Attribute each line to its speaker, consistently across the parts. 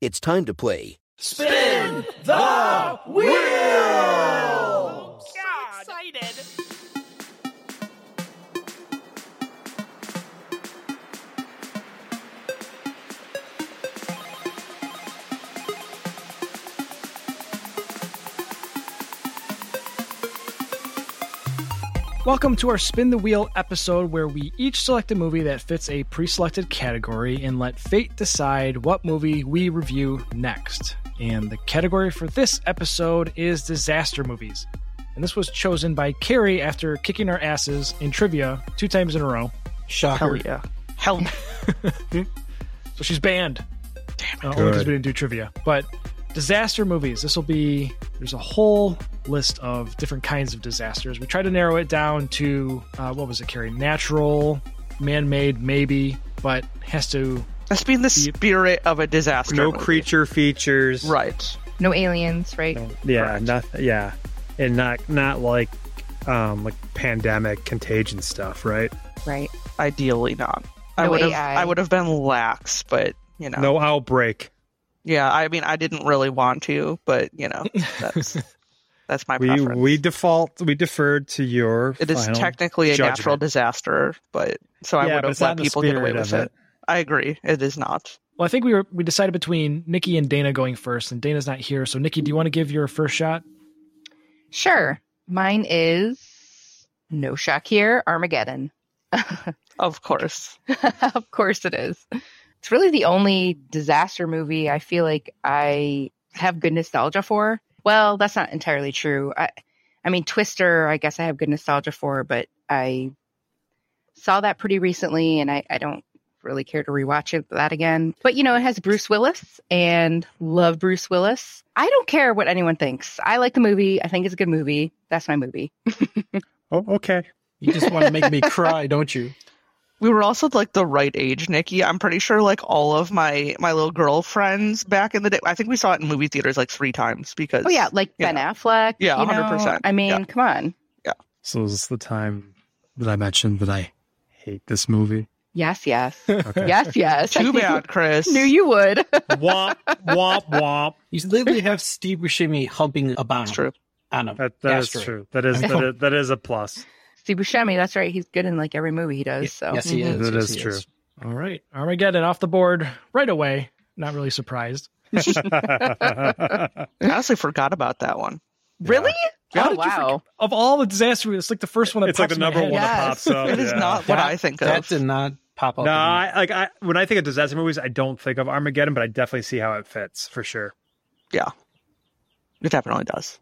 Speaker 1: It's time to play
Speaker 2: Welcome to our Spin the Wheel episode where we each select a movie that fits a pre selected category and let fate decide what movie we review next. And the category for this episode is disaster movies. And this was chosen by Carrie after kicking our asses in trivia two times in a row.
Speaker 3: Shocker.
Speaker 4: yeah.
Speaker 2: Hell. so she's banned. Damn it. Because Uh, we didn't do trivia. But disaster movies. This will be, there's a whole list of different kinds of disasters. We try to narrow it down to, uh, what was it, Carrie? Natural, man made, maybe, but has to,
Speaker 3: That's been the spirit of a disaster.
Speaker 4: No
Speaker 3: movie.
Speaker 4: creature features.
Speaker 3: Right.
Speaker 5: No aliens, right?
Speaker 6: Yeah, nothing. Yeah, and not not like um like pandemic contagion stuff, right?
Speaker 5: Right.
Speaker 3: Ideally not. I
Speaker 5: No
Speaker 3: would have
Speaker 5: AI.
Speaker 3: I would have been lax, but you know.
Speaker 6: No outbreak.
Speaker 3: Yeah, I mean I didn't really want to, but you know, that's that's my
Speaker 6: We
Speaker 3: preference.
Speaker 6: we default we deferred to your.
Speaker 3: it is
Speaker 6: final
Speaker 3: technically a
Speaker 6: judgment.
Speaker 3: natural disaster, but so I
Speaker 6: Yeah,
Speaker 3: would
Speaker 6: but
Speaker 3: have
Speaker 6: it's not
Speaker 3: let
Speaker 6: in the
Speaker 3: people get away
Speaker 6: spirit
Speaker 3: with
Speaker 6: of
Speaker 3: it.
Speaker 6: it.
Speaker 3: I agree. It is not.
Speaker 2: well, I think we were, we decided between Nikki and Dana going first, and Dana's not here. So, Nikki, do you want to give your first shot?
Speaker 5: Sure. Mine is no shock here, Armageddon.
Speaker 3: Of course.
Speaker 5: of course it is. It's really the only disaster movie I feel like I have good nostalgia for. Well, that's not entirely true. I I mean Twister, I guess I have good nostalgia for, but I saw that pretty recently and I, I don't really care to rewatch it that again. But you know, it has Bruce Willis and love Bruce Willis. I don't care what anyone thinks. I like the movie. I think it's a good movie. That's my movie.
Speaker 6: Oh, okay.
Speaker 4: You just want to make me cry, don't you?
Speaker 3: We were also like the right age, Nikki. I'm pretty sure like all of my my little girlfriends back in the day. I think we saw it in movie theaters like three times because
Speaker 5: Oh yeah, like
Speaker 3: you
Speaker 5: Ben
Speaker 3: know.
Speaker 5: Affleck.
Speaker 3: Yeah,
Speaker 5: you know?
Speaker 3: 100%.
Speaker 5: I mean,
Speaker 3: Yeah.
Speaker 5: come on.
Speaker 6: So this is the time.
Speaker 4: Did I mention that I hate this movie?
Speaker 5: Yes, yes.
Speaker 6: Okay.
Speaker 5: Yes, yes. I
Speaker 3: Too
Speaker 5: knew-
Speaker 3: bad, Chris.
Speaker 5: Knew you would.
Speaker 6: womp womp womp.
Speaker 7: You literally have Steve Buscemi humping a bomb
Speaker 3: It's true.
Speaker 7: on him.
Speaker 6: That, that is
Speaker 7: Asteroid.
Speaker 6: true. That is, that is that is a plus.
Speaker 5: Steve Buscemi, that's right. He's good in like every movie he does. so
Speaker 7: Yes, he is.
Speaker 6: That
Speaker 7: yes,
Speaker 6: is
Speaker 7: he
Speaker 6: true.
Speaker 2: All right. Armageddon off the board right away. Not really surprised.
Speaker 3: I honestly forgot about that one.
Speaker 5: really?
Speaker 2: How
Speaker 5: oh
Speaker 2: did you forget-
Speaker 5: wow.
Speaker 2: Of all the disaster movies, it's like the first one that
Speaker 6: it's like the
Speaker 2: pops in my
Speaker 6: number one
Speaker 2: head.
Speaker 6: that
Speaker 5: Yes.
Speaker 6: pops
Speaker 4: Oh,
Speaker 6: up.
Speaker 3: It is
Speaker 6: yeah.
Speaker 3: not what I think
Speaker 7: That
Speaker 3: of.
Speaker 7: did not pop up.
Speaker 6: No,
Speaker 7: in-
Speaker 6: I, like I when I think of disaster movies, I don't think of Armageddon, but I definitely see how it fits for sure.
Speaker 3: It definitely does.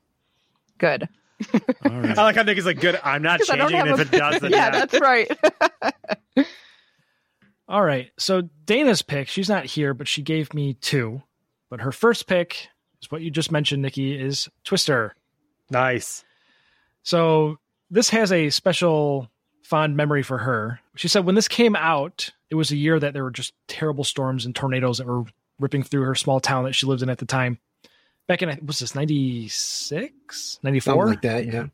Speaker 5: Good.
Speaker 2: All right.
Speaker 6: I like how Nick's like, good. I'm not
Speaker 5: 'Cause I don't
Speaker 6: changing it
Speaker 5: have
Speaker 6: if
Speaker 5: a-
Speaker 6: it doesn't.
Speaker 5: yeah, that's right.
Speaker 2: All right. So Dana's pick, she's not here, but she gave me two. But her first pick is what you just mentioned, Nikki, is Twister.
Speaker 6: nice.
Speaker 2: So this has a special fond memory for her. She said when this came out, it was a year that there were just terrible storms and tornadoes that were ripping through her small town that she lived in at the time. Back in, was this 96, 94?
Speaker 7: Something like that, yeah.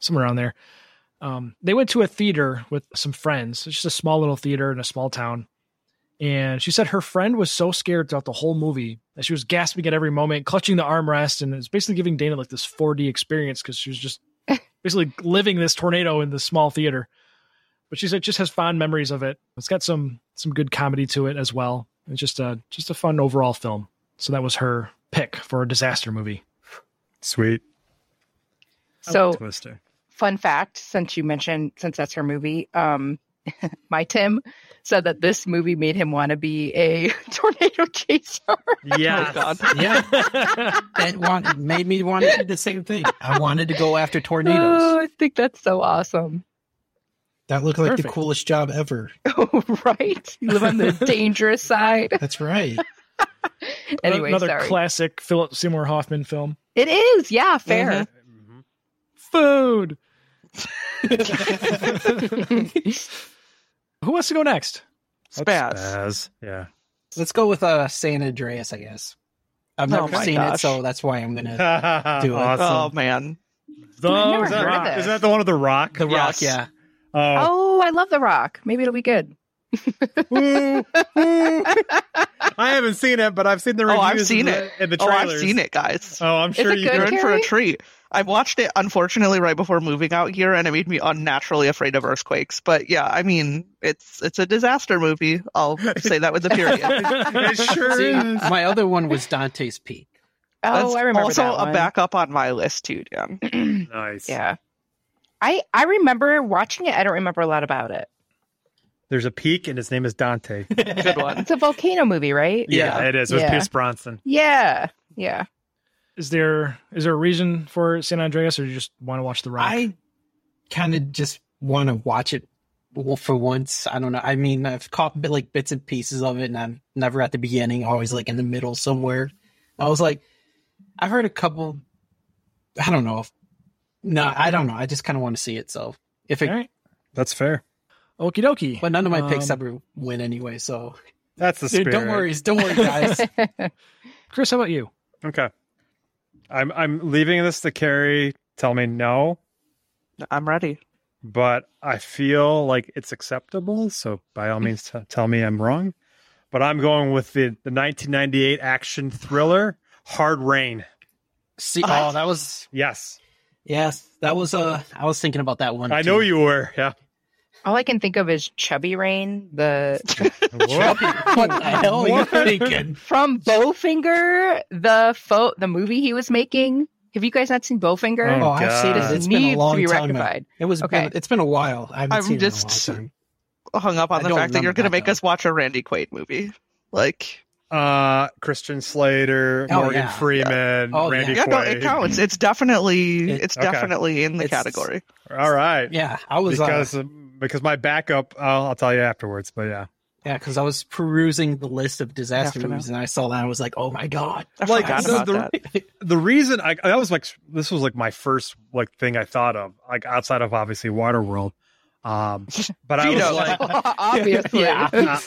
Speaker 2: somewhere around there. Um, they went to a theater with some friends. It's just a small little theater in a small town. And she said her friend was so scared throughout the whole movie that she was gasping at every moment, clutching the armrest, and it's basically giving Dana like this 4D experience because she was just basically living this tornado in this small theater. But she said it just has fond memories of it. It's got some some good comedy to it as well. It's just a just a fun overall film. So that was her pick for a disaster movie.
Speaker 6: Sweet.
Speaker 5: So,
Speaker 6: Twister.
Speaker 5: fun fact since you mentioned, since that's her movie, um, my Tim said that this movie made him want to be a tornado chaser.
Speaker 6: Yeah.
Speaker 7: yeah. that want, made me want to do the same thing. I wanted to go after tornadoes.
Speaker 5: Oh, I think that's so awesome.
Speaker 7: That looked like the
Speaker 2: Perfect.
Speaker 7: coolest job ever.
Speaker 5: Oh, right? You live on the dangerous side.
Speaker 7: That's right.
Speaker 5: Anyway,
Speaker 2: another
Speaker 5: sorry.
Speaker 2: classic Philip Seymour Hoffman film.
Speaker 5: it is. Yeah, fair.
Speaker 3: Mm-hmm.
Speaker 7: Mhm.
Speaker 2: Food. Who wants to go next?
Speaker 3: Spaz.
Speaker 6: Spaz. Yeah.
Speaker 7: Let's go with uh, San Andreas, I guess. I've
Speaker 3: Oh
Speaker 7: never
Speaker 3: my
Speaker 7: seen it,
Speaker 3: gosh.
Speaker 7: so that's why I'm gonna.
Speaker 6: awesome.
Speaker 3: Oh man.
Speaker 5: never
Speaker 6: is that,
Speaker 5: heard of
Speaker 6: Rock-
Speaker 5: this.
Speaker 6: isn't that the one with the rock?
Speaker 7: The Rock,
Speaker 3: Yes.
Speaker 7: yeah.
Speaker 6: Oh,
Speaker 5: Oh, I love The Rock. Maybe it'll be good.
Speaker 4: Woo, woo. I haven't seen it, but I've seen the
Speaker 3: Oh,
Speaker 4: reviews.
Speaker 3: I've
Speaker 4: and
Speaker 3: seen
Speaker 4: the, and the
Speaker 3: Oh,
Speaker 4: trailers.
Speaker 3: I've seen it, guys.
Speaker 4: Oh, I'm
Speaker 5: Is
Speaker 4: sure
Speaker 5: it
Speaker 4: you.
Speaker 5: good,
Speaker 3: You're in for a
Speaker 5: Carrie?
Speaker 3: treat. I watched it unfortunately right before moving out here, and it made me unnaturally afraid of earthquakes. But yeah, I mean, it's it's a disaster movie. I'll say that with the period.
Speaker 4: it sure
Speaker 7: Uh, See,
Speaker 4: is.
Speaker 7: my other one was Dante's Peak.
Speaker 5: Oh,
Speaker 3: That's
Speaker 5: I remember
Speaker 3: Also,
Speaker 5: that
Speaker 3: a
Speaker 5: one.
Speaker 3: backup on my list too, Dan.
Speaker 6: nice.
Speaker 5: Yeah. I, I remember watching it. I don't remember a lot about it.
Speaker 6: There's a peak, and his name is Dante.
Speaker 3: Good one.
Speaker 5: It's a volcano movie, right?
Speaker 7: Yeah.
Speaker 6: it is with
Speaker 5: Yeah.
Speaker 6: Pierce Bronson.
Speaker 5: Yeah. Yeah.
Speaker 2: Is there is there a reason for San Andreas, or you just want to watch The Rock?
Speaker 7: I kind of just want to watch it w- for once. I don't know. I mean, I've caught bit- like bits and pieces of it, and I'm never at the beginning, always like in the middle somewhere. I was like, I've heard a couple. I don't know. If, no, I don't know. I just kind of want to see it. So if it,
Speaker 2: All right,
Speaker 6: That's fair.
Speaker 2: okie dokie.
Speaker 7: but none of my picks
Speaker 2: Um,
Speaker 7: ever win anyway. So
Speaker 6: That's the
Speaker 7: Dude,
Speaker 6: spirit.
Speaker 7: don't worry, don't worry, guys.
Speaker 2: Chris, how about you?
Speaker 6: Okay. I'm I'm leaving this to Carrie. Tell me no,
Speaker 3: I'm ready.
Speaker 6: but I feel like it's acceptable. So by all means, t- tell me I'm wrong. But I'm going with the, the 1998 action thriller Hard Rain.
Speaker 7: See, oh, that was
Speaker 6: Yes,
Speaker 7: yes, that was. Uh, I was thinking about that one.
Speaker 6: I know
Speaker 7: too.
Speaker 6: you were. Yeah.
Speaker 5: All I can think of is Chubby Rain, the
Speaker 7: What the hell are you thinking?
Speaker 5: from Bowfinger, the fo- the movie he was making. Have you guys not seen Bowfinger?
Speaker 6: Oh,
Speaker 7: Oh, I've seen
Speaker 6: God.
Speaker 7: it. It's been a
Speaker 5: Needs to
Speaker 7: long
Speaker 5: be
Speaker 7: time.
Speaker 5: rectified.
Speaker 7: It was.
Speaker 5: Okay.
Speaker 7: Been, it's been a while. I haven't
Speaker 3: I'm
Speaker 7: seen
Speaker 3: just-
Speaker 7: it in a long time.
Speaker 3: Hung up on
Speaker 7: I
Speaker 3: the
Speaker 7: don't
Speaker 3: fact that you're
Speaker 7: remember
Speaker 3: going to
Speaker 7: that,
Speaker 3: make
Speaker 7: though.
Speaker 3: us watch a Randy Quaid movie. Like,
Speaker 6: Uh, Christian Slater,
Speaker 7: Oh,
Speaker 6: Morgan
Speaker 7: yeah.
Speaker 6: Freeman,
Speaker 7: Oh,
Speaker 6: Randy
Speaker 7: yeah.
Speaker 3: yeah, no, it
Speaker 6: Quaid.
Speaker 3: counts. It's definitely
Speaker 7: It-
Speaker 3: it's
Speaker 6: okay.
Speaker 3: definitely in the
Speaker 7: It's-
Speaker 3: category.
Speaker 6: All right.
Speaker 7: Yeah, I was
Speaker 6: because
Speaker 7: uh,
Speaker 6: because my backup, I'll, I'll tell you afterwards. But yeah,
Speaker 7: yeah, because I was perusing the list of disaster
Speaker 3: Definitely.
Speaker 7: movies and I saw that and I was like, oh my god.
Speaker 3: I
Speaker 6: Like,
Speaker 3: forgot
Speaker 6: so
Speaker 3: about
Speaker 6: the-
Speaker 3: that.
Speaker 6: the reason I that was like this was like my first like thing I thought of like outside of obviously Waterworld, um, but I was
Speaker 3: Vito.
Speaker 6: like,
Speaker 5: Obviously.
Speaker 6: uh,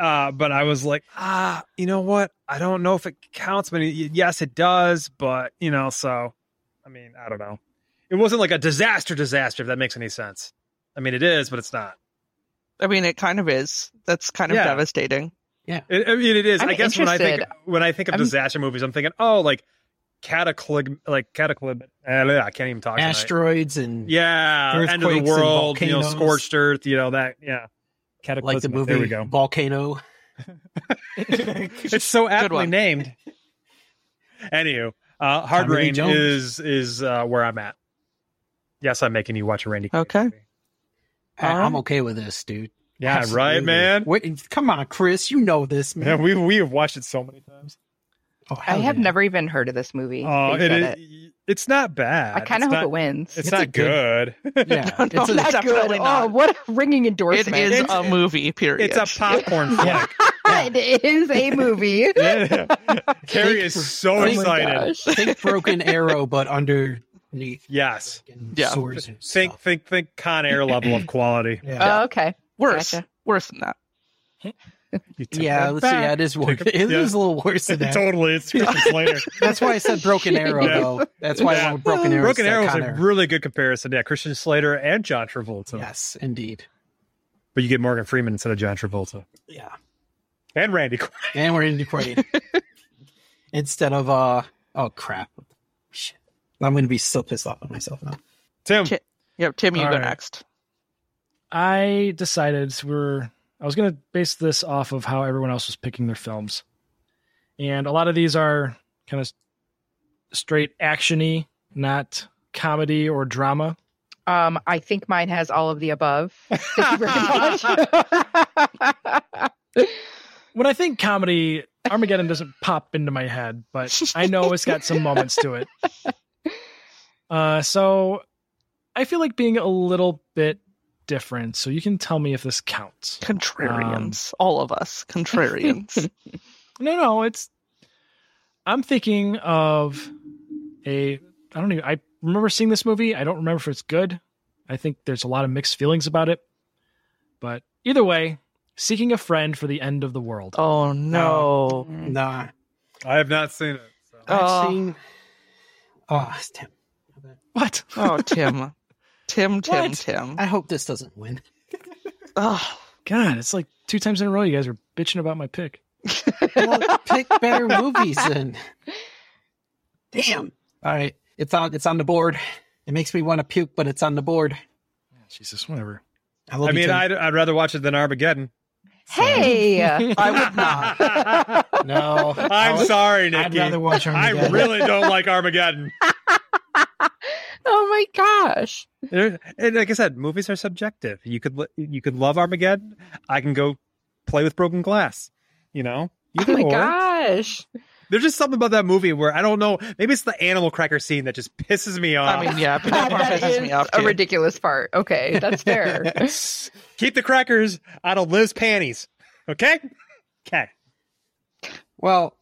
Speaker 6: uh, but I was like, ah, you know what? I don't know if it counts, but it, yes, it does. But you know, so I mean, I don't know. It wasn't like a disaster, disaster. If that makes any sense. I mean, it is, but it's not.
Speaker 3: I mean, it kind of is. That's kind of
Speaker 6: Yeah.
Speaker 3: devastating.
Speaker 6: It, I mean, it is.
Speaker 5: I'm
Speaker 6: I guess when I think
Speaker 5: interested.
Speaker 6: when I think of
Speaker 5: I'm-
Speaker 6: disaster movies, I'm thinking, oh, like cataclysm, like cataclysm. I can't even talk. tonight.
Speaker 7: Asteroids and
Speaker 6: Yeah, end of
Speaker 7: Earthquakes
Speaker 6: the
Speaker 7: and
Speaker 6: world, you know,
Speaker 7: volcanoes.
Speaker 6: scorched earth, you know that. Yeah,
Speaker 7: like the
Speaker 6: cataclysmic.
Speaker 7: movie
Speaker 6: There we go.
Speaker 7: Volcano.
Speaker 6: It's so aptly
Speaker 3: one.
Speaker 6: named. Anywho, uh, Hard
Speaker 7: Tommy Lee
Speaker 6: Rain
Speaker 7: Jones.
Speaker 6: is is uh, where I'm at. Yes, I'm making you watch a Randy. Quaid
Speaker 3: Okay.
Speaker 6: movie.
Speaker 7: I, I'm okay with this, dude.
Speaker 6: Yeah, right,
Speaker 7: Absolutely.
Speaker 6: man.
Speaker 7: Wait, come on, Chris. You know this,
Speaker 6: Yeah,
Speaker 7: man.
Speaker 6: we we have watched it so many times.
Speaker 7: Oh,
Speaker 5: I
Speaker 7: hell
Speaker 5: have
Speaker 7: yeah.
Speaker 5: never even heard of this movie.
Speaker 6: Oh,
Speaker 5: based
Speaker 6: it
Speaker 5: on
Speaker 6: is. It's not bad.
Speaker 5: I kind of
Speaker 6: It's
Speaker 5: hope
Speaker 6: not-
Speaker 5: it wins.
Speaker 6: It's,
Speaker 7: It's a
Speaker 6: not
Speaker 7: good-
Speaker 6: good.
Speaker 7: Yeah, it's a,
Speaker 3: no,
Speaker 5: not good.
Speaker 3: definitely not.
Speaker 5: Oh, what a ringing
Speaker 3: It
Speaker 5: endorsement.
Speaker 3: is
Speaker 6: It's-
Speaker 3: a movie. Period.
Speaker 6: it's a popcorn flick.
Speaker 5: it is a movie.
Speaker 6: Yeah. Carrie is so
Speaker 7: Think- uh,
Speaker 6: excited.
Speaker 7: think Broken Arrow, but underneath
Speaker 6: Yes.
Speaker 7: and
Speaker 3: Yeah.
Speaker 7: swords and
Speaker 6: Think,
Speaker 7: stuff.
Speaker 6: think, think Con Air level of quality.
Speaker 7: Yeah.
Speaker 5: Oh, okay.
Speaker 3: worse.
Speaker 5: Gotcha.
Speaker 3: Worse than that.
Speaker 6: You take
Speaker 7: yeah,
Speaker 6: that
Speaker 7: let's see.
Speaker 6: back.
Speaker 7: Yeah, it is worse. It is
Speaker 6: yeah.
Speaker 7: a little worse than that.
Speaker 6: totally. It's Christian Slater.
Speaker 7: That's why I said Broken Arrow,
Speaker 6: Yeah.
Speaker 7: though. That's why I
Speaker 6: Yeah.
Speaker 7: went Broken Arrow.
Speaker 6: Broken
Speaker 7: instead
Speaker 6: Arrow
Speaker 7: of
Speaker 6: is
Speaker 7: Con
Speaker 6: a really good comparison. Yeah, Christian Slater and John Travolta.
Speaker 7: Yes, indeed.
Speaker 6: But you get Morgan Freeman instead of John Travolta
Speaker 7: Yeah,
Speaker 6: and Randy. Quaid.
Speaker 7: and we're in Detroit instead of uh oh crap, shit. I'm gonna be so pissed off at myself now.
Speaker 6: Tim,
Speaker 3: Ti- Yep. Tim, you
Speaker 2: All
Speaker 3: go
Speaker 2: right.
Speaker 3: next.
Speaker 2: I decided we're I was gonna base this off of how everyone else was picking their films. And a lot of these are kind of straight actiony, not comedy or drama.
Speaker 5: Um, I think mine has all of the above. Thank you very much.
Speaker 2: When I think comedy, Armageddon doesn't pop into my head, but I know it's got some moments to it. Uh, so I feel like being a little bit different. So you can tell me if this counts.
Speaker 3: Contrarians, all of us, contrarians.
Speaker 2: No, no, it's. I'm thinking of a. I don't even. I remember seeing this movie. I don't remember if it's good. I think there's a lot of mixed feelings about it. But either way, seeking a friend for the end of the world.
Speaker 3: Oh
Speaker 2: no.
Speaker 7: Nah.
Speaker 6: I have not seen it. So.
Speaker 7: I've seen. Oh, it's Tim.
Speaker 2: What?
Speaker 3: Oh, Tim. Tim, Tim,
Speaker 7: What?
Speaker 3: Tim.
Speaker 7: I hope this doesn't win.
Speaker 3: Oh,
Speaker 2: God, it's like two times in a row you guys are bitching about my pick.
Speaker 7: Well, pick better movies then. Damn. All right. It's on it's on the board. It makes me want to puke, but it's on the board.
Speaker 2: Jesus, whatever.
Speaker 7: I love
Speaker 6: I
Speaker 7: you,
Speaker 6: mean,
Speaker 7: Tim.
Speaker 6: I'd, I'd rather watch it than Armageddon.
Speaker 5: hey,
Speaker 3: I would not.
Speaker 7: no.
Speaker 6: I'm sorry, Nikki.
Speaker 7: I'd rather watch
Speaker 6: I
Speaker 7: Armageddon.
Speaker 6: really don't like Armageddon.
Speaker 5: oh my gosh.
Speaker 6: There- and like I said, movies are subjective. You could li- you could love Armageddon. I can go play with broken glass. You know,
Speaker 5: Oh
Speaker 6: either
Speaker 5: my
Speaker 6: or.
Speaker 5: gosh.
Speaker 6: There's just something about that movie where I don't know. Maybe it's the animal cracker scene that just pisses me off.
Speaker 3: I mean, yeah, Peter
Speaker 5: That-
Speaker 3: Parker
Speaker 5: that
Speaker 3: pisses
Speaker 5: is
Speaker 3: me off.
Speaker 5: a
Speaker 3: Too.
Speaker 5: ridiculous part. Okay, that's fair.
Speaker 6: Keep the crackers out of Liz's panties. Okay. Okay.
Speaker 7: Well,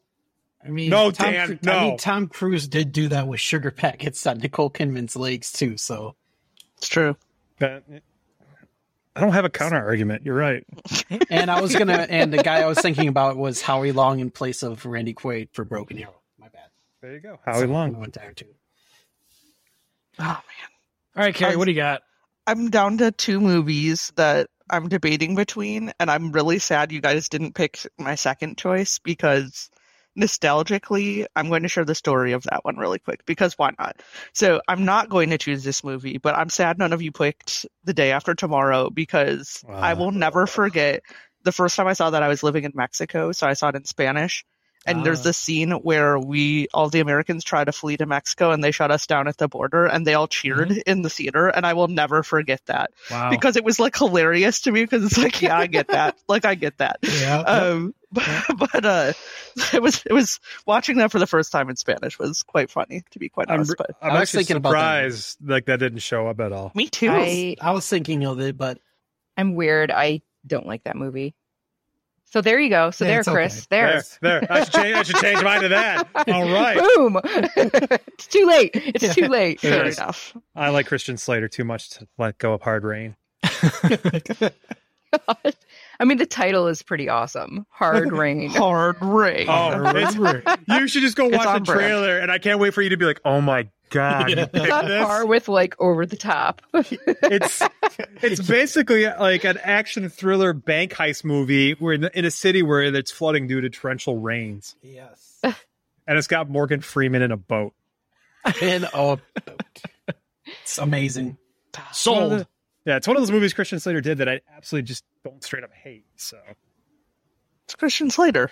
Speaker 7: I mean,
Speaker 6: No,
Speaker 7: Tom
Speaker 6: Dan,
Speaker 7: Cru-
Speaker 6: no.
Speaker 7: I mean, Tom Cruise did do that with Sugar Packets on Nicole Kidman's legs too. So
Speaker 3: It's true.
Speaker 6: But I don't have a counter argument. You're right.
Speaker 7: and I was gonna, and the guy I was thinking about was Howie Long in place of Randy Quaid for Broken Arrow. My bad.
Speaker 6: There you go. Howie
Speaker 7: I
Speaker 6: Long.
Speaker 7: went down to.
Speaker 3: Oh man,
Speaker 2: All right, Carrie, what do you got?
Speaker 3: I'm down to two movies that I'm debating between, and I'm really sad you guys didn't pick my second choice because nostalgically, I'm going to share the story of that one really quick because why not? So I'm not going to choose this movie, but I'm sad none of you picked The Day After Tomorrow because I will never forget the first time I saw that I was living in Mexico, so I saw it in Spanish. And there's
Speaker 2: Ah.
Speaker 3: this scene where we all the Americans try to flee to Mexico and they shut us down at the border and they all cheered in the theater and I will never forget that
Speaker 2: Wow.
Speaker 3: because it was like hilarious to me because it's like yeah I get that like I get that
Speaker 7: Yeah.
Speaker 3: um but, but uh it was it was watching that for the first time in Spanish was quite funny to be quite
Speaker 6: I'm,
Speaker 3: honest but
Speaker 7: I
Speaker 6: I'm
Speaker 7: was
Speaker 6: actually
Speaker 7: thinking about that.
Speaker 6: surprised like that didn't show up at all.
Speaker 3: me too
Speaker 5: I
Speaker 7: I was thinking of it, but
Speaker 5: I'm weird. I don't like that movie. So there you go. So
Speaker 7: Yeah,
Speaker 5: there,
Speaker 7: it's okay.
Speaker 5: Chris.
Speaker 6: There,
Speaker 5: There.
Speaker 6: there. I should change. I should change mine to that. All right.
Speaker 5: Boom. it's too late. It's too late.
Speaker 6: It
Speaker 3: fair
Speaker 6: is.
Speaker 3: enough
Speaker 6: I like Christian Slater too much to let go of Hard Rain.
Speaker 5: I mean, the title is pretty awesome. Hard rain.
Speaker 3: hard rain
Speaker 6: Oh, it's- you should just go
Speaker 3: It's
Speaker 6: watch
Speaker 3: on
Speaker 6: the
Speaker 3: brand.
Speaker 6: trailer, and I can't wait for you to be like, "Oh my god, you picked
Speaker 5: It's on par
Speaker 6: this."
Speaker 5: with like over the top.
Speaker 6: it's it's basically like an action thriller bank heist movie where in, in a city where it's flooding due to torrential rains,
Speaker 7: yes,
Speaker 6: and it's got Morgan Freeman in a boat.
Speaker 7: in a boat. It's amazing.
Speaker 2: Sold.
Speaker 6: Yeah, it's one of those movies Christian Slater did that I absolutely just don't straight up hate. So
Speaker 3: it's Christian Slater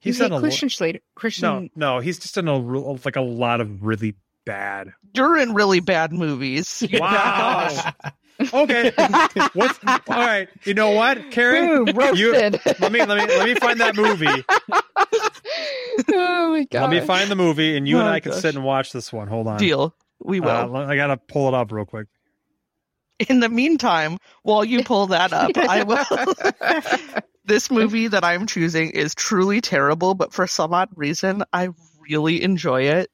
Speaker 6: he's
Speaker 5: Is
Speaker 6: done
Speaker 5: it
Speaker 6: a
Speaker 5: Christian Slater. Christian.
Speaker 6: no, no, he's just done a real- like a lot of really bad
Speaker 3: you're in really bad movies
Speaker 6: Wow. okay. What's all right? You know what, Carrie?
Speaker 5: Boom,
Speaker 6: You,
Speaker 5: roasted.
Speaker 6: let me let me let me find that movie.
Speaker 5: oh my god.
Speaker 6: Let me find the movie, and you and
Speaker 3: Oh,
Speaker 6: I can
Speaker 3: gosh.
Speaker 6: sit and watch this one. Hold on.
Speaker 3: deal we will
Speaker 6: Uh, let- I gotta pull it up real quick.
Speaker 3: in the meantime, while you pull that up, I will. this movie that I'm choosing is truly terrible, but for some odd reason, I really enjoy it.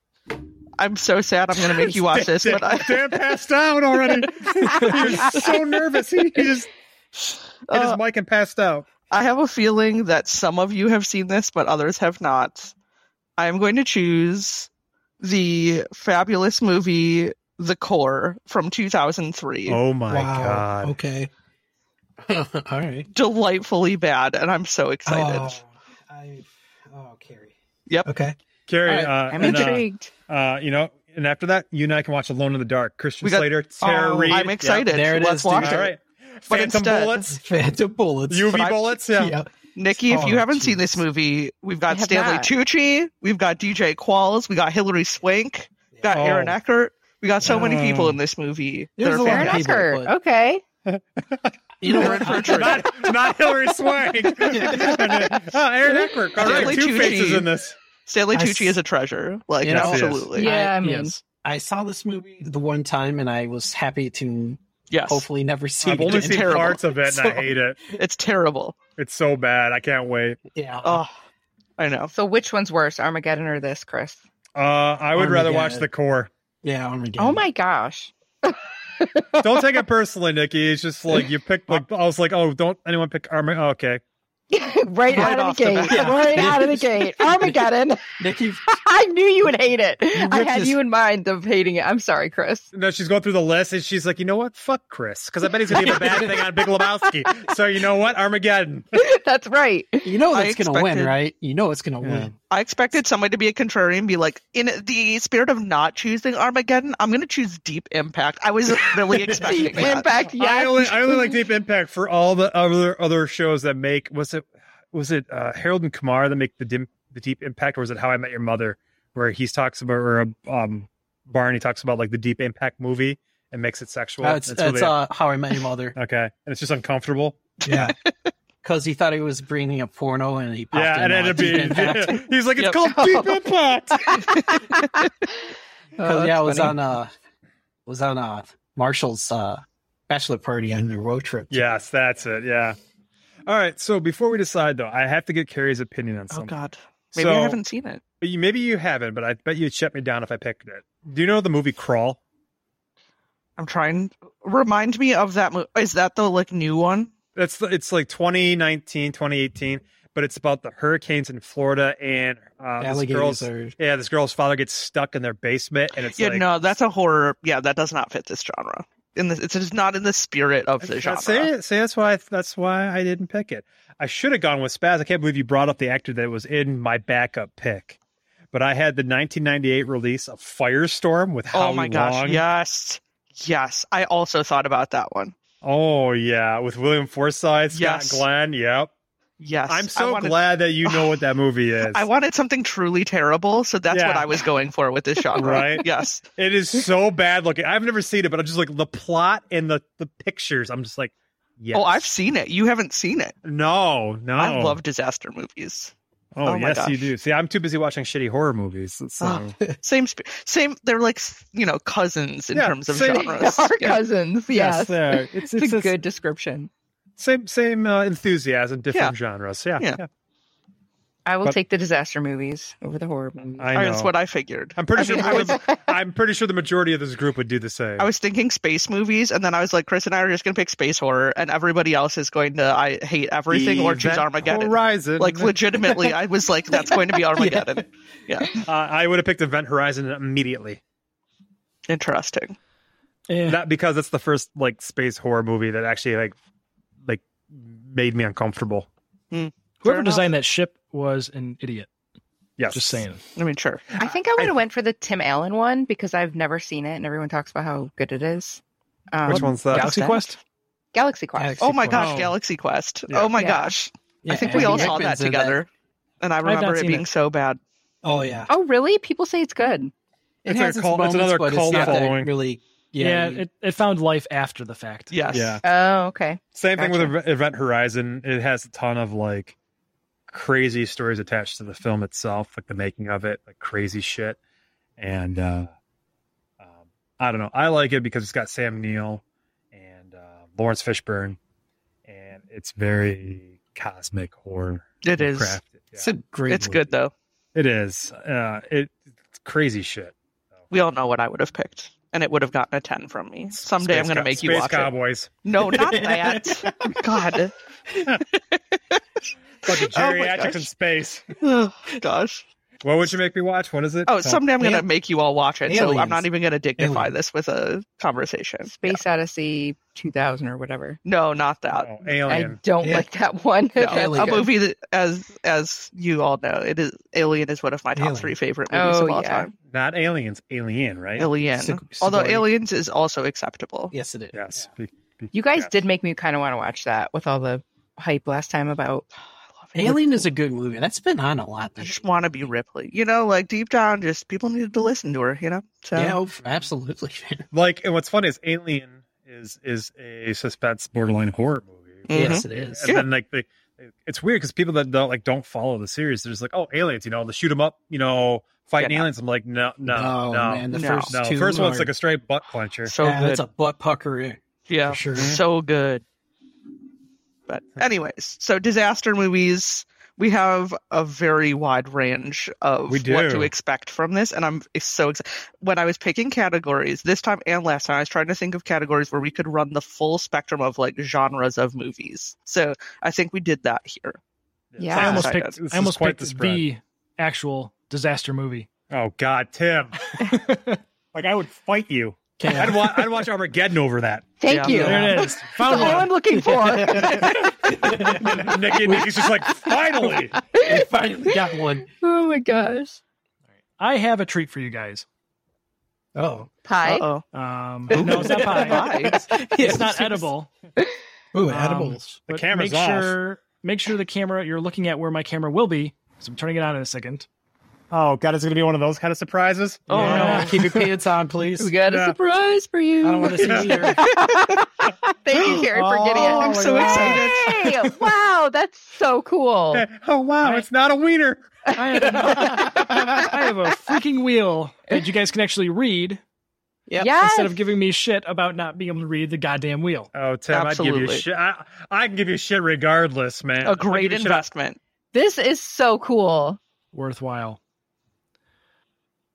Speaker 3: I'm so sad I'm going to make you watch this, but I,
Speaker 6: Dan passed out already. He's so nervous. He, he just hit
Speaker 3: Uh,
Speaker 6: his mic and passed out.
Speaker 3: I have a feeling that some of you have seen this, but others have not. I'm going to choose the fabulous movie The Core from 2003.
Speaker 6: Oh my
Speaker 7: wow.
Speaker 6: god.
Speaker 7: Okay. All right.
Speaker 3: Delightfully bad, and I'm so excited.
Speaker 7: Oh, I, oh, Carrie.
Speaker 3: Yep.
Speaker 7: Okay.
Speaker 6: Carrie,
Speaker 7: All right.
Speaker 6: uh,
Speaker 5: I'm
Speaker 6: and, uh,
Speaker 5: intrigued.
Speaker 6: uh, you know, and after that, you and I can watch Alone in the Dark. Christian
Speaker 3: We got-
Speaker 6: Slater, Tara
Speaker 7: Oh,
Speaker 6: Reid.
Speaker 3: I'm
Speaker 6: Yeah.
Speaker 3: excited.
Speaker 7: there it
Speaker 3: Let's
Speaker 7: is, dude.
Speaker 3: watch
Speaker 6: All
Speaker 3: it.
Speaker 6: right.
Speaker 3: But
Speaker 6: Phantom
Speaker 3: instead-
Speaker 6: bullets.
Speaker 7: Phantom bullets.
Speaker 6: UV
Speaker 3: But I-
Speaker 6: bullets. Yeah.
Speaker 7: Yeah.
Speaker 3: Nikki, if
Speaker 6: Oh,
Speaker 3: you haven't seen this movie, we've got
Speaker 5: I have
Speaker 3: Stanley
Speaker 5: not.
Speaker 3: Tucci, we've got DJ Qualls, we got Hillary Swank, we got
Speaker 6: Oh.
Speaker 3: Aaron Eckert. We got so many
Speaker 6: Yeah.
Speaker 3: people in this movie. that
Speaker 7: There's
Speaker 3: are
Speaker 7: a lot of
Speaker 5: Aaron
Speaker 3: fantastic.
Speaker 7: people.
Speaker 5: Eckert.
Speaker 7: but-
Speaker 5: Okay.
Speaker 7: You know
Speaker 3: We're in
Speaker 7: what?
Speaker 3: for a treat.
Speaker 6: not, not Hillary Swank. oh, Aaron Eckert. All right,
Speaker 3: Stanley
Speaker 6: two faces
Speaker 3: Tucci.
Speaker 6: in this.
Speaker 3: Stanley
Speaker 7: I
Speaker 3: Tucci
Speaker 7: s-
Speaker 3: is a treasure. Like
Speaker 7: Yes,
Speaker 6: he is.
Speaker 3: absolutely.
Speaker 5: Yeah, I,
Speaker 7: I-
Speaker 5: mean,
Speaker 2: yes.
Speaker 7: I saw this movie the one time, and I was happy to
Speaker 3: Yes.
Speaker 7: hopefully never see
Speaker 6: I've
Speaker 7: it
Speaker 6: only
Speaker 7: again.
Speaker 6: seen
Speaker 3: Terrible.
Speaker 6: parts of it, and I
Speaker 7: So-
Speaker 6: hate it.
Speaker 3: It's terrible.
Speaker 6: It's so bad. I can't wait.
Speaker 7: Yeah.
Speaker 3: Oh, I know.
Speaker 5: so which one's worse, Armageddon or this, Chris?
Speaker 6: Uh, I would rather watch
Speaker 7: Armageddon.
Speaker 6: the core.
Speaker 7: yeah. Armageddon.
Speaker 5: Oh my gosh.
Speaker 6: Don't take it personally, Nikki. It's just like you picked. Like I was like, oh, don't anyone pick Arma. oh, okay,
Speaker 5: right, out of
Speaker 3: off
Speaker 5: the
Speaker 3: the
Speaker 5: gate.
Speaker 3: bat.
Speaker 5: Right out of the gate. Armageddon.
Speaker 7: Nikki,
Speaker 5: I knew you would hate it. I
Speaker 7: ripped
Speaker 5: had
Speaker 7: his-
Speaker 5: you in mind of hating it. I'm sorry, Chris.
Speaker 6: No, she's going through the list and she's like, you know what? Fuck Chris. Because I bet he's going to have a bad thing on Big Lebowski. So, you know what? Armageddon.
Speaker 5: That's right.
Speaker 7: you know
Speaker 3: I
Speaker 7: that's gonna win,
Speaker 3: expected-
Speaker 7: right? You know it's gonna win.
Speaker 3: I expected somebody to be a contrarian and be like, in the spirit of not choosing Armageddon, I'm going to choose Deep Impact. I was really expecting
Speaker 5: Deep
Speaker 3: that.
Speaker 5: impact.
Speaker 6: I,
Speaker 5: Yeah.
Speaker 6: only, I only like Deep Impact for all the other other shows that make. Was it was it uh, Harold and Kumar that make the, dim, the Deep Impact? Or was it How I Met Your Mother, where he talks about, or um, Barney talks about like the Deep Impact movie and makes it sexual?
Speaker 7: Uh, it's
Speaker 6: who
Speaker 7: it's
Speaker 6: they-
Speaker 7: uh, How I Met Your Mother.
Speaker 6: okay. And it's just uncomfortable.
Speaker 7: yeah. Because he thought he was bringing a porno, and he popped
Speaker 6: Yeah.
Speaker 7: in
Speaker 6: And it
Speaker 7: on
Speaker 6: ended up
Speaker 7: Deep
Speaker 6: being.
Speaker 7: Impact.
Speaker 6: he's like, it's
Speaker 3: Yep.
Speaker 6: called Deep Impact.
Speaker 7: Because
Speaker 5: Oh,
Speaker 7: yeah,
Speaker 5: that's
Speaker 7: I was
Speaker 5: funny.
Speaker 7: on uh was on uh Marshall's uh bachelor party on the road trip.
Speaker 6: Yes, that's it. Yeah. All right. So before we decide, though, I have to get Carrie's opinion on
Speaker 3: Oh,
Speaker 6: something.
Speaker 3: God. Maybe I
Speaker 6: So-
Speaker 3: haven't seen it.
Speaker 6: But you, maybe you haven't, but I bet you'd shut me down if I picked it. Do you know the movie Crawl?
Speaker 3: I'm trying. Remind me of that movie. Is that the like new one?
Speaker 6: That's the, it's like 2019, 2018, but it's about the hurricanes in Florida and uh, this
Speaker 7: Alligators
Speaker 6: girl's
Speaker 7: are
Speaker 6: yeah, this girl's father gets stuck in their basement, and it's
Speaker 3: yeah,
Speaker 6: like
Speaker 3: no, that's a horror. Yeah, that does not fit this genre. In this, it's just not in the spirit of the genre.
Speaker 6: That's- See, see, that's why that's why I didn't pick it. I should have gone with Spaz. I can't believe you brought up the actor that was in my backup pick. But I had the 1998 release of Firestorm with
Speaker 3: Oh
Speaker 6: Howie
Speaker 3: my gosh!
Speaker 6: Long.
Speaker 3: Yes, yes. I also thought about that one.
Speaker 6: Oh yeah, with William Forsythe, Scott
Speaker 3: Yes.
Speaker 6: Glenn. Yep.
Speaker 3: Yes,
Speaker 6: I'm so
Speaker 3: I wanted,
Speaker 6: glad that you know what that movie is.
Speaker 3: I wanted something truly terrible, so that's what
Speaker 6: Yeah.
Speaker 3: I was going for with this genre.
Speaker 6: Right.
Speaker 3: Yes.
Speaker 6: it is so bad looking. I've never seen it, but I'm just like the plot and the the pictures. I'm just like, yes.
Speaker 3: Oh, I've seen it. You haven't seen it.
Speaker 6: no, no.
Speaker 3: I love disaster movies.
Speaker 6: Oh,
Speaker 3: oh my
Speaker 6: yes, you
Speaker 3: gosh. Oh,
Speaker 6: do. See, I'm too busy watching shitty horror movies. um, So.
Speaker 3: Same, sp- same. They're like you know cousins in
Speaker 6: Yeah,
Speaker 3: terms of
Speaker 6: same-
Speaker 3: genres.
Speaker 5: Our
Speaker 3: Yeah.
Speaker 5: cousins. Yes.
Speaker 6: there. It's,
Speaker 5: It's a good description.
Speaker 6: same same uh, enthusiasm, different
Speaker 3: Yeah.
Speaker 6: genres. Yeah,
Speaker 3: Yeah.
Speaker 6: yeah.
Speaker 5: I will
Speaker 6: But-
Speaker 5: take the disaster movies over the horror movies.
Speaker 6: I know.
Speaker 3: That's what I figured.
Speaker 6: I'm pretty
Speaker 3: I
Speaker 6: sure.
Speaker 3: mean, I
Speaker 6: the- I'm pretty sure the majority of this group would do the same.
Speaker 3: I was thinking space movies, and then I was like, Chris and I are just going to pick space horror, and everybody else is going to I hate everything or choose
Speaker 6: Event
Speaker 3: Armageddon.
Speaker 6: Horizon.
Speaker 3: Like legitimately, I was like, that's going to be Armageddon. yeah.
Speaker 6: uh, I would have picked Event Horizon immediately.
Speaker 3: interesting.
Speaker 2: Yeah.
Speaker 6: Not because it's the first like space horror movie that actually like like made me uncomfortable.
Speaker 3: Fair
Speaker 2: Whoever
Speaker 3: enough.
Speaker 2: designed that ship was an idiot.
Speaker 6: Yes,
Speaker 2: Just saying.
Speaker 3: I mean, sure.
Speaker 5: I think I would
Speaker 6: I-
Speaker 5: have went for the Tim Allen one because I've never seen it, and everyone talks about how good it is. Um,
Speaker 6: Which one's that?
Speaker 2: Galaxy
Speaker 5: Galaxy
Speaker 2: Quest?
Speaker 5: Galaxy Quest.
Speaker 7: Galaxy
Speaker 3: oh my
Speaker 7: Quest.
Speaker 3: gosh,
Speaker 6: Oh.
Speaker 3: Galaxy Quest.
Speaker 6: Yeah.
Speaker 3: Oh my
Speaker 5: Yeah.
Speaker 3: gosh, I
Speaker 7: Yeah,
Speaker 3: think we all
Speaker 7: Andy
Speaker 3: saw that
Speaker 7: Rickman's in
Speaker 3: together, and I
Speaker 2: not
Speaker 3: remember it
Speaker 2: seen
Speaker 3: being
Speaker 2: it.
Speaker 3: so bad.
Speaker 7: Oh yeah.
Speaker 5: Oh, really? People say it's
Speaker 6: Mm-hmm.
Speaker 5: good.
Speaker 7: It
Speaker 6: It's
Speaker 7: has
Speaker 6: a
Speaker 7: its
Speaker 6: cult-
Speaker 7: moments,
Speaker 6: it's another
Speaker 7: but
Speaker 6: cult
Speaker 7: it's not that
Speaker 6: following.
Speaker 7: really
Speaker 2: Yeah,
Speaker 7: yeah.
Speaker 2: it, it found life after the fact.
Speaker 3: Yes.
Speaker 6: Yeah.
Speaker 5: Oh, okay.
Speaker 6: Same thing with Ev- Event Horizon. It has a ton of like crazy stories attached to the film itself, like the making of it, like crazy shit. And uh, um, I don't know. I like it because it's got Sam Neill and uh, Lawrence Fishburne, and it's very cosmic horror.
Speaker 3: It is.
Speaker 6: crafted. Yeah.
Speaker 7: it's a great
Speaker 3: It's good though.
Speaker 6: It is. Uh, it, it's crazy shit.
Speaker 3: We all know what I would have picked, and it would have gotten a ten from me. Someday I'm
Speaker 6: Space
Speaker 3: going to
Speaker 6: co-
Speaker 3: make you
Speaker 6: Space
Speaker 3: watch it.
Speaker 6: Cowboys.
Speaker 3: No, not that. God.
Speaker 6: Fucking
Speaker 3: Oh my
Speaker 6: geriatrics
Speaker 3: gosh.
Speaker 6: in space.
Speaker 3: Ugh, gosh.
Speaker 6: What would you make me watch? What is it?
Speaker 3: Oh, someday I'm gonna
Speaker 7: Yeah.
Speaker 3: make you all watch it. So I'm
Speaker 7: Aliens.
Speaker 3: not even gonna dignify
Speaker 7: Aliens.
Speaker 3: this with a conversation.
Speaker 5: Space Odyssey 2000 or whatever.
Speaker 3: No, not that.
Speaker 6: Oh,
Speaker 5: I
Speaker 6: alien.
Speaker 5: don't
Speaker 7: Yeah.
Speaker 5: like that one.
Speaker 3: No,
Speaker 5: That's
Speaker 7: Alien.
Speaker 3: a
Speaker 5: good.
Speaker 3: movie that, as as you all know, it is Alien is one of my top
Speaker 7: Alien.
Speaker 3: three favorite movies
Speaker 5: Oh,
Speaker 3: of all
Speaker 5: yeah.
Speaker 3: time.
Speaker 6: Not aliens. Alien, right?
Speaker 3: Alien,
Speaker 7: Sig-
Speaker 3: although
Speaker 7: Sigourney.
Speaker 3: Aliens is also acceptable.
Speaker 7: Yes, it is.
Speaker 6: Yes.
Speaker 7: Yeah.
Speaker 6: Be- be-
Speaker 5: You guys
Speaker 6: yes.
Speaker 5: did make me kind of want to watch that with all the hype last time about
Speaker 3: I love
Speaker 7: Alien is a good movie. That's been on a lot.
Speaker 3: I just want to be Ripley. You know, like deep down, just people needed to listen to her. You know, so
Speaker 7: Yeah, oh, absolutely.
Speaker 6: Like, and what's funny is Alien is is a suspense borderline horror movie.
Speaker 3: Mm-hmm.
Speaker 7: Yes, it is.
Speaker 6: And then like they, it's weird because people that don't like don't follow the series, they're just like, oh, aliens, you know, the shoot 'em up, you know, fighting
Speaker 7: Yeah, no.
Speaker 6: aliens. I'm like, no, no,
Speaker 7: No,
Speaker 6: no,
Speaker 7: man, the
Speaker 6: no,
Speaker 7: first
Speaker 6: no.
Speaker 7: two
Speaker 6: First one's
Speaker 7: are-
Speaker 6: like a straight butt clencher.
Speaker 3: So
Speaker 7: yeah, that's
Speaker 3: good.
Speaker 7: a butt pucker.
Speaker 3: Yeah,
Speaker 7: For sure.
Speaker 3: so good. But anyways, so disaster movies, we have a very wide range of
Speaker 6: We
Speaker 3: what to
Speaker 6: do.
Speaker 3: expect from this, and I'm so excited. When I was picking categories this time and last time, I was trying to think of categories where we could run the full spectrum of like genres of movies. So I think we did that here.
Speaker 5: Yeah.
Speaker 6: Ah,
Speaker 2: I almost
Speaker 3: Sorry,
Speaker 2: picked.
Speaker 3: guys. This
Speaker 2: I
Speaker 3: is
Speaker 2: almost
Speaker 3: quite
Speaker 2: picked
Speaker 3: the
Speaker 2: the,
Speaker 3: spread.
Speaker 2: actual disaster movie.
Speaker 6: Oh God, Tim! like I would fight you.
Speaker 7: Okay.
Speaker 6: I'd, wa- I'd watch Armageddon over that.
Speaker 5: Thank you.
Speaker 2: There it is. Found
Speaker 3: That's what
Speaker 2: one.
Speaker 3: I'm looking for.
Speaker 6: Nicky, Nicky's just like, finally.
Speaker 7: We finally got one.
Speaker 5: Oh my gosh.
Speaker 2: I have a treat for you guys.
Speaker 7: Oh,
Speaker 5: Pie.
Speaker 3: oh,
Speaker 2: Um, no, it's not pie. It's not edible.
Speaker 7: Ooh,
Speaker 2: Um,
Speaker 7: edibles.
Speaker 6: The
Speaker 2: but
Speaker 6: camera's
Speaker 2: make
Speaker 6: off.
Speaker 2: Sure, make sure the camera you're looking at where my camera will be. So I'm turning it on in a second.
Speaker 4: Oh god, it's gonna be one of those kind of surprises.
Speaker 7: Oh
Speaker 2: Yeah.
Speaker 7: no! Keep your pants on, please.
Speaker 5: We got a
Speaker 6: Yeah.
Speaker 5: surprise for
Speaker 7: I
Speaker 5: you.
Speaker 7: don't want to see your
Speaker 5: Thank you, Carrie, for getting it.
Speaker 3: Oh, I'm so excited.
Speaker 5: Hey, wow, that's so cool.
Speaker 6: Eh,
Speaker 4: Oh wow, it's not a wiener.
Speaker 2: I have, I have a freaking wheel that you guys can actually read
Speaker 7: Yep.
Speaker 5: Yes.
Speaker 2: instead of giving me shit about not being able to read the goddamn wheel.
Speaker 6: Oh, Tim, I'd give
Speaker 3: Absolutely.
Speaker 6: you shit. I, I can give you shit regardless, man.
Speaker 3: A great
Speaker 6: I'd give you shit.
Speaker 3: investment.
Speaker 5: this is so cool.
Speaker 2: Worthwhile.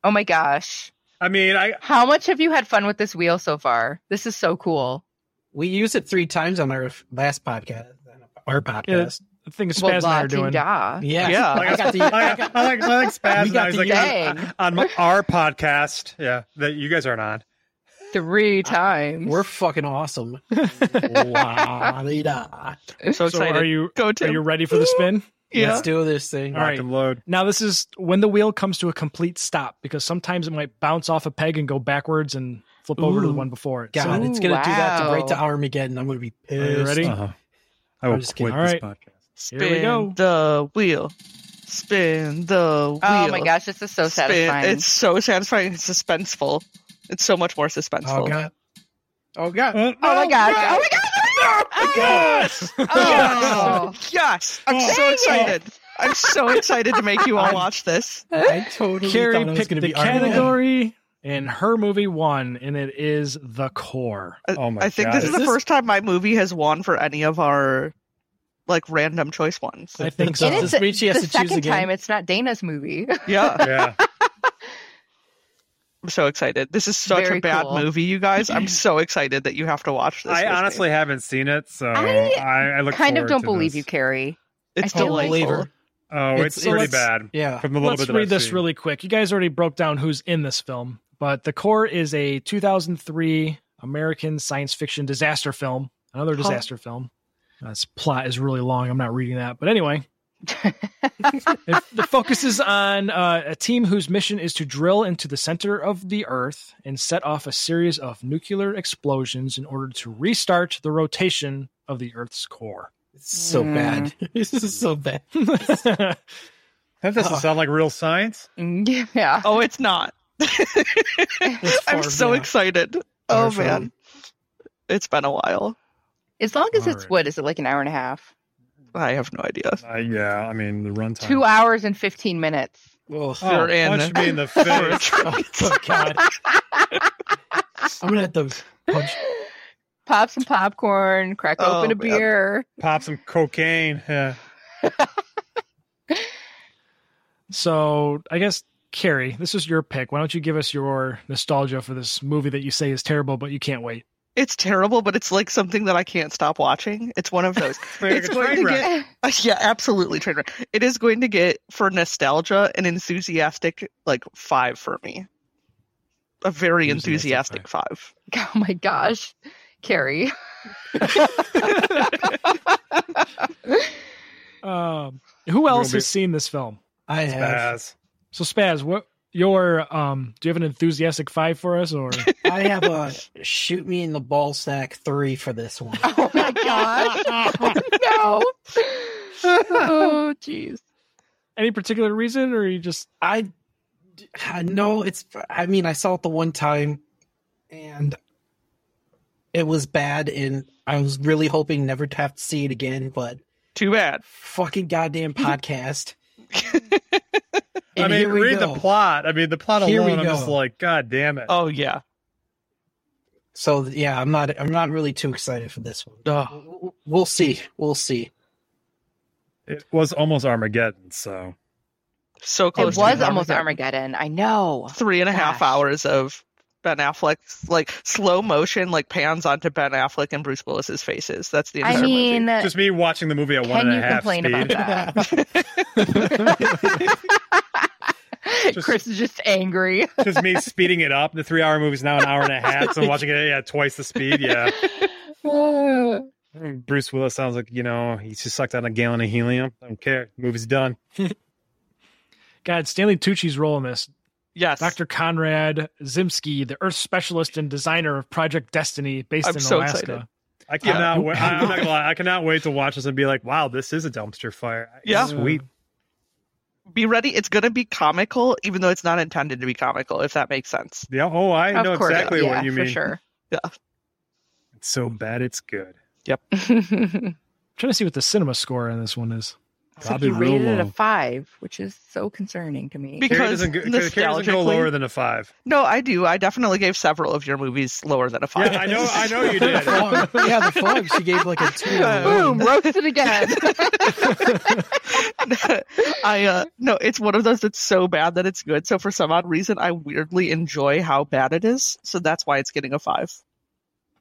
Speaker 5: Oh my gosh.
Speaker 6: I mean, I
Speaker 5: How much have you had fun with this wheel so far? This is so cool.
Speaker 7: We used it three times on our last podcast. Our podcast.
Speaker 2: The thing is,
Speaker 5: Well,
Speaker 2: Spaz and I
Speaker 5: la
Speaker 2: are doing.
Speaker 5: da.
Speaker 7: Yeah.
Speaker 3: Yeah.
Speaker 7: I got the,
Speaker 6: I, I like I like Spaz
Speaker 7: We
Speaker 6: and I
Speaker 7: got
Speaker 6: was
Speaker 7: the
Speaker 6: like on-
Speaker 5: dang.
Speaker 6: on, my- our podcast. Yeah, that you guys aren't on.
Speaker 5: Three times.
Speaker 7: we're fucking awesome. La-di-da.
Speaker 3: So
Speaker 2: So
Speaker 3: excited.
Speaker 2: are you
Speaker 3: Go
Speaker 5: Oh
Speaker 2: are
Speaker 3: Tim.
Speaker 2: you ready for the spin?
Speaker 3: yeah.
Speaker 7: Let's do this thing.
Speaker 2: All right.
Speaker 6: Locked and load.
Speaker 2: Now this is when the wheel comes to a complete stop because sometimes it might bounce off a peg and go backwards and flip over to the
Speaker 7: Ooh,
Speaker 2: one before it.
Speaker 7: God,
Speaker 2: So-
Speaker 7: it's gonna do that to
Speaker 5: wow.
Speaker 7: right to Armageddon. I'm gonna be pissed.
Speaker 2: ready?
Speaker 7: off.
Speaker 6: I will
Speaker 7: I'm just kidding.
Speaker 6: Oh, quit
Speaker 2: All right.
Speaker 6: this podcast.
Speaker 3: Spin
Speaker 2: Here we go.
Speaker 3: the wheel. Spin the wheel.
Speaker 5: oh my gosh, this is so
Speaker 3: Spin-
Speaker 5: satisfying.
Speaker 3: It's so satisfying. It's suspenseful. It's so much more suspenseful.
Speaker 7: Oh god.
Speaker 4: Oh god.
Speaker 5: oh my gosh. Oh
Speaker 2: Uh-huh.
Speaker 5: my gosh. Oh my gosh. Oh.
Speaker 3: Yes, I'm
Speaker 5: Oh.
Speaker 3: so
Speaker 5: Dang
Speaker 3: excited. I'm so excited to make you all watch this.
Speaker 7: I totally
Speaker 2: Carrie
Speaker 7: thought it was
Speaker 2: picked
Speaker 7: gonna
Speaker 2: the
Speaker 7: be Armageddon.
Speaker 2: category and her movie won, and it is The Core.
Speaker 6: Oh my
Speaker 3: I think
Speaker 6: God.
Speaker 3: this is,
Speaker 7: Is
Speaker 3: the
Speaker 7: this-
Speaker 3: first time my movie has won for any of our like random choice ones.
Speaker 2: I think so.
Speaker 5: And it's
Speaker 7: Does it mean she has
Speaker 5: the
Speaker 7: to choose
Speaker 5: second
Speaker 7: again?
Speaker 5: time it's not Dana's movie.
Speaker 3: Yeah,
Speaker 6: yeah.
Speaker 3: I'm so excited. This is such
Speaker 5: Very
Speaker 3: a bad
Speaker 5: cool.
Speaker 3: movie, you guys. I'm so excited that you have to watch this. with
Speaker 6: I
Speaker 3: me.
Speaker 6: honestly haven't seen it, so
Speaker 5: I
Speaker 6: I, I, look
Speaker 5: kind of
Speaker 6: forward
Speaker 5: don't
Speaker 6: to
Speaker 5: believe
Speaker 6: this.
Speaker 5: you, Carrie.
Speaker 3: it's
Speaker 5: I feel
Speaker 7: Don't
Speaker 5: like-
Speaker 7: believe
Speaker 3: delightful.
Speaker 7: her.
Speaker 6: Oh, it's,
Speaker 7: It's-
Speaker 6: pretty
Speaker 7: it's-
Speaker 6: bad.
Speaker 7: Yeah.
Speaker 6: From the little
Speaker 2: Let's
Speaker 6: bit that
Speaker 2: read
Speaker 6: I've
Speaker 2: this
Speaker 6: seen.
Speaker 2: really quick. You guys already broke down who's in this film, but The Core is a 2003 American science fiction disaster film. Another disaster film. Uh, This plot is really long. I'm not reading that, but anyway, it, it focuses on uh, a team whose mission is to drill into the center of the Earth and set off a series of nuclear explosions in order to restart the rotation of the Earth's core.
Speaker 7: It's so bad. this is so bad.
Speaker 6: That doesn't
Speaker 2: Oh.
Speaker 6: sound like real science.
Speaker 5: Mm, yeah.
Speaker 3: Oh, it's not. I'm
Speaker 7: far
Speaker 3: so
Speaker 7: beyond.
Speaker 3: excited. Oh
Speaker 7: from-
Speaker 3: man, it's been a while.
Speaker 5: As long as
Speaker 6: All
Speaker 5: it's
Speaker 6: right.
Speaker 5: what is it like an hour and a half?
Speaker 3: I have no idea.
Speaker 6: Uh, yeah, I mean the runtime.
Speaker 5: Two hours and fifteen minutes.
Speaker 7: Well,
Speaker 6: Oh,
Speaker 3: You're in.
Speaker 6: punch me in the face.
Speaker 7: oh, god. I'm gonna have to punch.
Speaker 5: Pop some popcorn, crack
Speaker 3: Oh,
Speaker 5: open a
Speaker 3: man.
Speaker 5: beer.
Speaker 6: Pop some cocaine. Yeah.
Speaker 2: So I guess Carrie, this is your pick. Why don't you give us your nostalgia for this movie that you say is terrible, but you can't wait?
Speaker 3: It's terrible, but it's like something that I can't stop watching. It's one of those.
Speaker 6: Like
Speaker 3: it's
Speaker 6: a
Speaker 3: going
Speaker 6: train
Speaker 3: to
Speaker 6: wreck.
Speaker 3: get yeah, absolutely train wreck. It is going to get for nostalgia an enthusiastic like five for me. A very enthusiastic,
Speaker 6: Enthusiastic
Speaker 3: five.
Speaker 5: Oh my gosh, Carrie.
Speaker 2: Um, who else
Speaker 6: Ruby.
Speaker 2: has seen this film?
Speaker 7: I have.
Speaker 6: Spaz.
Speaker 2: So Spaz, what your um? Do you have an enthusiastic five for us, or
Speaker 7: I have a shoot me in the ball sack three for this one.
Speaker 5: Oh my gosh. no. oh, jeez.
Speaker 2: Any particular reason, or you just?
Speaker 7: I no, it's. I mean, I saw it the one time, and it was bad, and I was really hoping never to have to see it again. But
Speaker 3: too bad.
Speaker 7: Fucking goddamn podcast.
Speaker 6: I
Speaker 7: And
Speaker 6: mean,
Speaker 7: here we
Speaker 6: read
Speaker 7: go.
Speaker 6: the plot. I mean, the plot
Speaker 7: Here we
Speaker 6: alone. I'm just
Speaker 7: go.
Speaker 6: like, God damn it.
Speaker 3: Oh yeah.
Speaker 7: So yeah, I'm not. I'm not really too excited for this one.
Speaker 3: Oh,
Speaker 7: We'll see. We'll see.
Speaker 6: It was almost Armageddon. So
Speaker 3: so
Speaker 5: It
Speaker 3: close.
Speaker 5: was
Speaker 3: to being
Speaker 5: almost Armageddon. I know.
Speaker 3: Three and a half
Speaker 5: Gosh.
Speaker 3: hours of Ben Affleck's like slow motion, like pans onto Ben Affleck and Bruce Willis's faces. That's the entire
Speaker 5: I mean, uh,
Speaker 3: movie.
Speaker 6: just me watching the movie at one
Speaker 5: can
Speaker 6: and
Speaker 5: you
Speaker 6: a half
Speaker 5: complain
Speaker 6: speed.
Speaker 5: about that?
Speaker 6: Just-
Speaker 5: Chris is just angry.
Speaker 6: just me speeding it up. The three hour movie's now an hour and a half, so I'm watching it yeah, twice the speed. Yeah. Mm, Bruce Willis sounds like, you know, he just sucked out a gallon of helium. I don't care. Movie's done.
Speaker 2: God, Stanley Tucci's role in this.
Speaker 3: Yes,
Speaker 2: Dr. Conrad Zimski, the Earth specialist and designer of Project Destiny, based
Speaker 3: I'm
Speaker 2: in
Speaker 3: so
Speaker 2: Alaska.
Speaker 3: excited.
Speaker 6: I cannot wait. I'm not gonna lie, I cannot wait to watch this and be like, wow, this is a dumpster fire.
Speaker 3: Yeah.
Speaker 6: Sweet.
Speaker 3: Be ready. It's gonna be comical, even though it's not intended to be comical. If that makes sense.
Speaker 6: Yeah. Oh, I
Speaker 5: of
Speaker 6: know
Speaker 5: course,
Speaker 6: exactly
Speaker 5: yeah,
Speaker 6: what you
Speaker 5: for
Speaker 6: mean.
Speaker 5: sure.
Speaker 6: It's so bad it's good.
Speaker 2: I'm trying to see what the cinema score in this one is.
Speaker 5: Except you rated it a five, which is so concerning to me.
Speaker 3: Be-
Speaker 6: Carrie
Speaker 3: Because
Speaker 6: doesn't, go, Carrie doesn't go
Speaker 3: nostalgically-
Speaker 6: lower than a five.
Speaker 3: No, I do. I definitely gave several of your movies lower than a five.
Speaker 6: Yeah, I know. I know you did.
Speaker 7: Fog. yeah, the fog. She gave like a two. out of
Speaker 5: Boom,
Speaker 7: one.
Speaker 5: roasted again.
Speaker 3: I uh no, it's one of those that's so bad that it's good. So for some odd reason, I weirdly enjoy how bad it is. So that's why it's getting a five.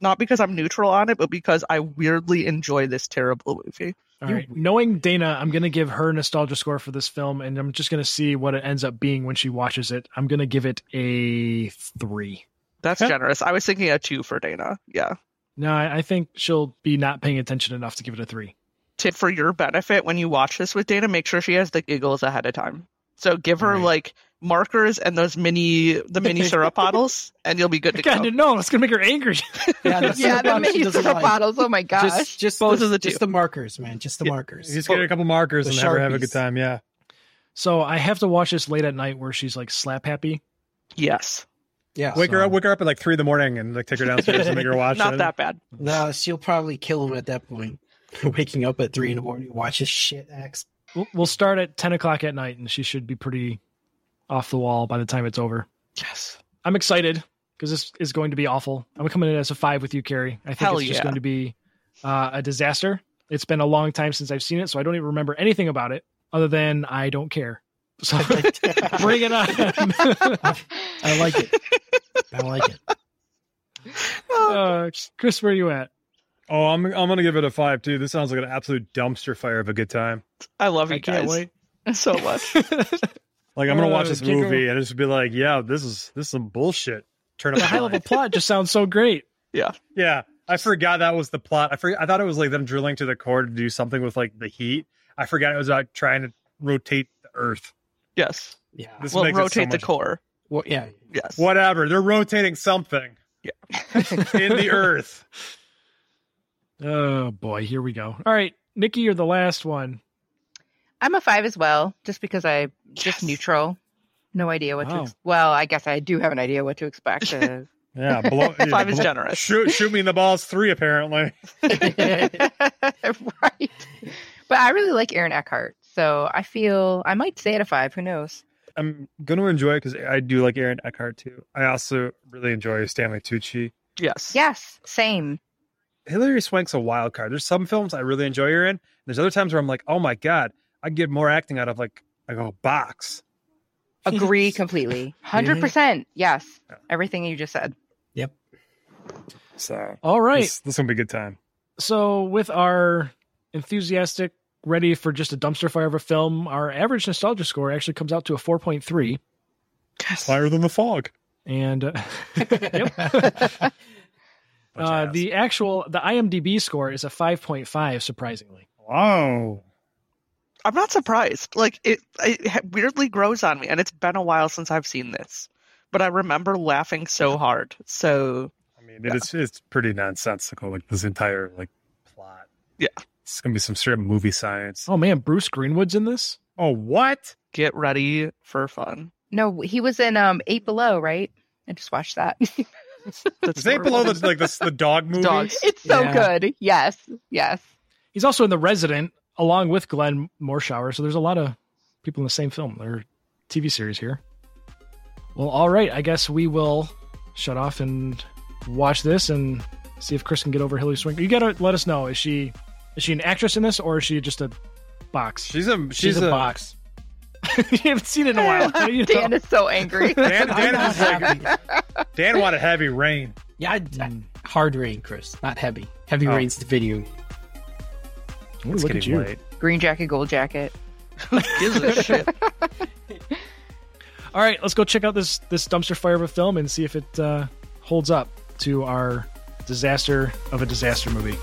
Speaker 3: Not because I'm neutral on it, but because I weirdly enjoy this terrible movie.
Speaker 2: All right. Knowing Dana, I'm going to give her nostalgia score for this film, and I'm just going to see what it ends up being when she watches it. I'm going to give it a three.
Speaker 3: That's generous. I was thinking a two for Dana. Yeah.
Speaker 2: No, I, I think she'll be not paying attention enough to give it a three.
Speaker 3: Tip for your benefit when you watch this with Dana, make sure she has the giggles ahead of time. So give her
Speaker 2: Right.
Speaker 3: like markers and those mini the mini syrup bottles and you'll be good to
Speaker 2: God,
Speaker 3: go.
Speaker 2: no, it's going to make her angry.
Speaker 7: Yeah, the
Speaker 5: yeah, the
Speaker 7: syrup bottle she
Speaker 5: mini
Speaker 7: doesn't
Speaker 5: syrup
Speaker 7: like.
Speaker 5: bottles. Oh my gosh.
Speaker 7: Just, just
Speaker 3: Both
Speaker 7: the,
Speaker 3: of the two.
Speaker 7: Just the markers, man. Just the markers.
Speaker 6: Just get a couple markers
Speaker 7: The
Speaker 6: and have her have a
Speaker 7: Sharpies.
Speaker 6: good time. Yeah.
Speaker 2: so I have to watch this late at night where she's like slap happy.
Speaker 3: Yes.
Speaker 7: yeah.
Speaker 6: Wake her
Speaker 2: So-
Speaker 6: up. Wake her up at like three in the morning and like take her downstairs and make her watch
Speaker 3: Not
Speaker 6: it.
Speaker 3: that bad.
Speaker 7: No, she'll probably kill him at that point. Waking up at three in the morning, to watch his shit acts.
Speaker 2: We'll, we'll start at 10 o'clock at night, and she should be pretty off the wall by the time it's over.
Speaker 3: Yes.
Speaker 2: I'm excited because this is going to be awful. I'm coming in as a five with you, Carrie. I think
Speaker 3: Hell
Speaker 2: it's just
Speaker 3: yeah.
Speaker 2: going to be uh, a disaster. It's been a long time since I've seen it, so I don't even remember anything about it other than I don't care. So bring it on.
Speaker 7: I like it. I like it.
Speaker 2: Uh, Chris, where are you at?
Speaker 6: Oh, I'm I'm gonna give it a five too. This sounds like an absolute dumpster fire of a good time.
Speaker 3: I love you
Speaker 2: I
Speaker 3: guys
Speaker 2: can't wait.
Speaker 3: so much.
Speaker 6: Like I'm gonna
Speaker 2: Uh,
Speaker 6: watch this
Speaker 2: can't go-
Speaker 6: movie and just be like, yeah, this is this is some bullshit. Turn up
Speaker 2: The
Speaker 6: the
Speaker 2: high level
Speaker 6: volume.
Speaker 2: plot just sounds so great.
Speaker 6: Yeah, I forgot that was the plot. I forgot. I thought it was like them drilling to the core to do something with like the heat. I forgot it was about trying to rotate the Earth.
Speaker 3: Yes.
Speaker 7: Yeah.
Speaker 6: This
Speaker 3: well,
Speaker 6: makes it so
Speaker 3: rotate the
Speaker 6: much-
Speaker 3: core.
Speaker 7: Well, yeah.
Speaker 3: Yes.
Speaker 6: Whatever. They're rotating something.
Speaker 3: Yeah.
Speaker 6: in the Earth.
Speaker 2: Oh boy, here we go. All right, Nikki, you're the last one.
Speaker 5: I'm a five as well, just because I just neutral. No idea what to.
Speaker 2: Wow.
Speaker 5: Ex- well, I guess I do have an idea what to expect. uh,
Speaker 6: Yeah, blow,
Speaker 3: Five is
Speaker 6: blow-
Speaker 3: generous.
Speaker 6: Shoot, shoot me in the balls. Three apparently.
Speaker 5: right. But I really like Aaron Eckhart, so I feel I might stay at a five. Who knows?
Speaker 6: I'm gonna enjoy it because I do like Aaron Eckhart too. I also really enjoy Stanley Tucci.
Speaker 3: Yes.
Speaker 5: Yes, same.
Speaker 6: Hilary Swank's a wild card. There's some films I really enjoy her in. and There's other times where I'm like, oh my god, I get more acting out of like like a box.
Speaker 5: Agree completely. Hundred percent. Yes, everything you just said.
Speaker 6: So
Speaker 2: All right.
Speaker 6: this, this is gonna be a good time.
Speaker 2: So, with our enthusiastic, ready for just a dumpster fire of a film, our average nostalgia score actually comes out to a 4.3.
Speaker 6: Higher than the fog.
Speaker 2: And uh,
Speaker 6: Bunch
Speaker 2: uh,
Speaker 6: of ass.
Speaker 2: the actual, the IMDb score is a 5.5, surprisingly.
Speaker 6: wow.
Speaker 3: I'm not surprised. Like it, it weirdly grows on me, and it's been a while since I've seen this, but I remember laughing so hard. So
Speaker 6: I mean, it's it's pretty nonsensical. Like this entire like plot.
Speaker 3: Yeah.
Speaker 6: It's gonna be some straight movie science.
Speaker 2: Oh man, Bruce Greenwood's in this.
Speaker 6: Oh what?
Speaker 3: Get ready for fun.
Speaker 5: No, he was in um Eight Below, right? I just watched that.
Speaker 6: Is Eight Below the, like the, the dog movie?
Speaker 5: It's so good. Yes, yes.
Speaker 2: He's also in The Resident along with Glenn Morshower. So there's a lot of people in the same film or TV series here. Well, all right. I guess we will shut off and watch this and see if Chris can get over Hilary Swank. You gotta let us know. Is she is she an actress in this or is she just a box?
Speaker 6: She's a she's,
Speaker 2: She's a box. you haven't seen it in a while. how do you know?
Speaker 5: Dan is so angry.
Speaker 6: Dan,
Speaker 7: I'm
Speaker 6: Dan,
Speaker 7: not
Speaker 6: is like,
Speaker 7: happy.
Speaker 6: Dan wanted heavy rain.
Speaker 7: Yeah, I, I- hard rain, Chris, not heavy. Heavy
Speaker 6: Oh.
Speaker 7: rain's the video.
Speaker 2: Ooh,
Speaker 6: It's
Speaker 2: look at
Speaker 6: getting
Speaker 2: you.
Speaker 6: late.
Speaker 5: Green jacket, gold jacket.
Speaker 3: Gives a shit.
Speaker 2: All right, let's go check out this this dumpster fire of a film and see if it uh, holds up to our disaster of a disaster movie.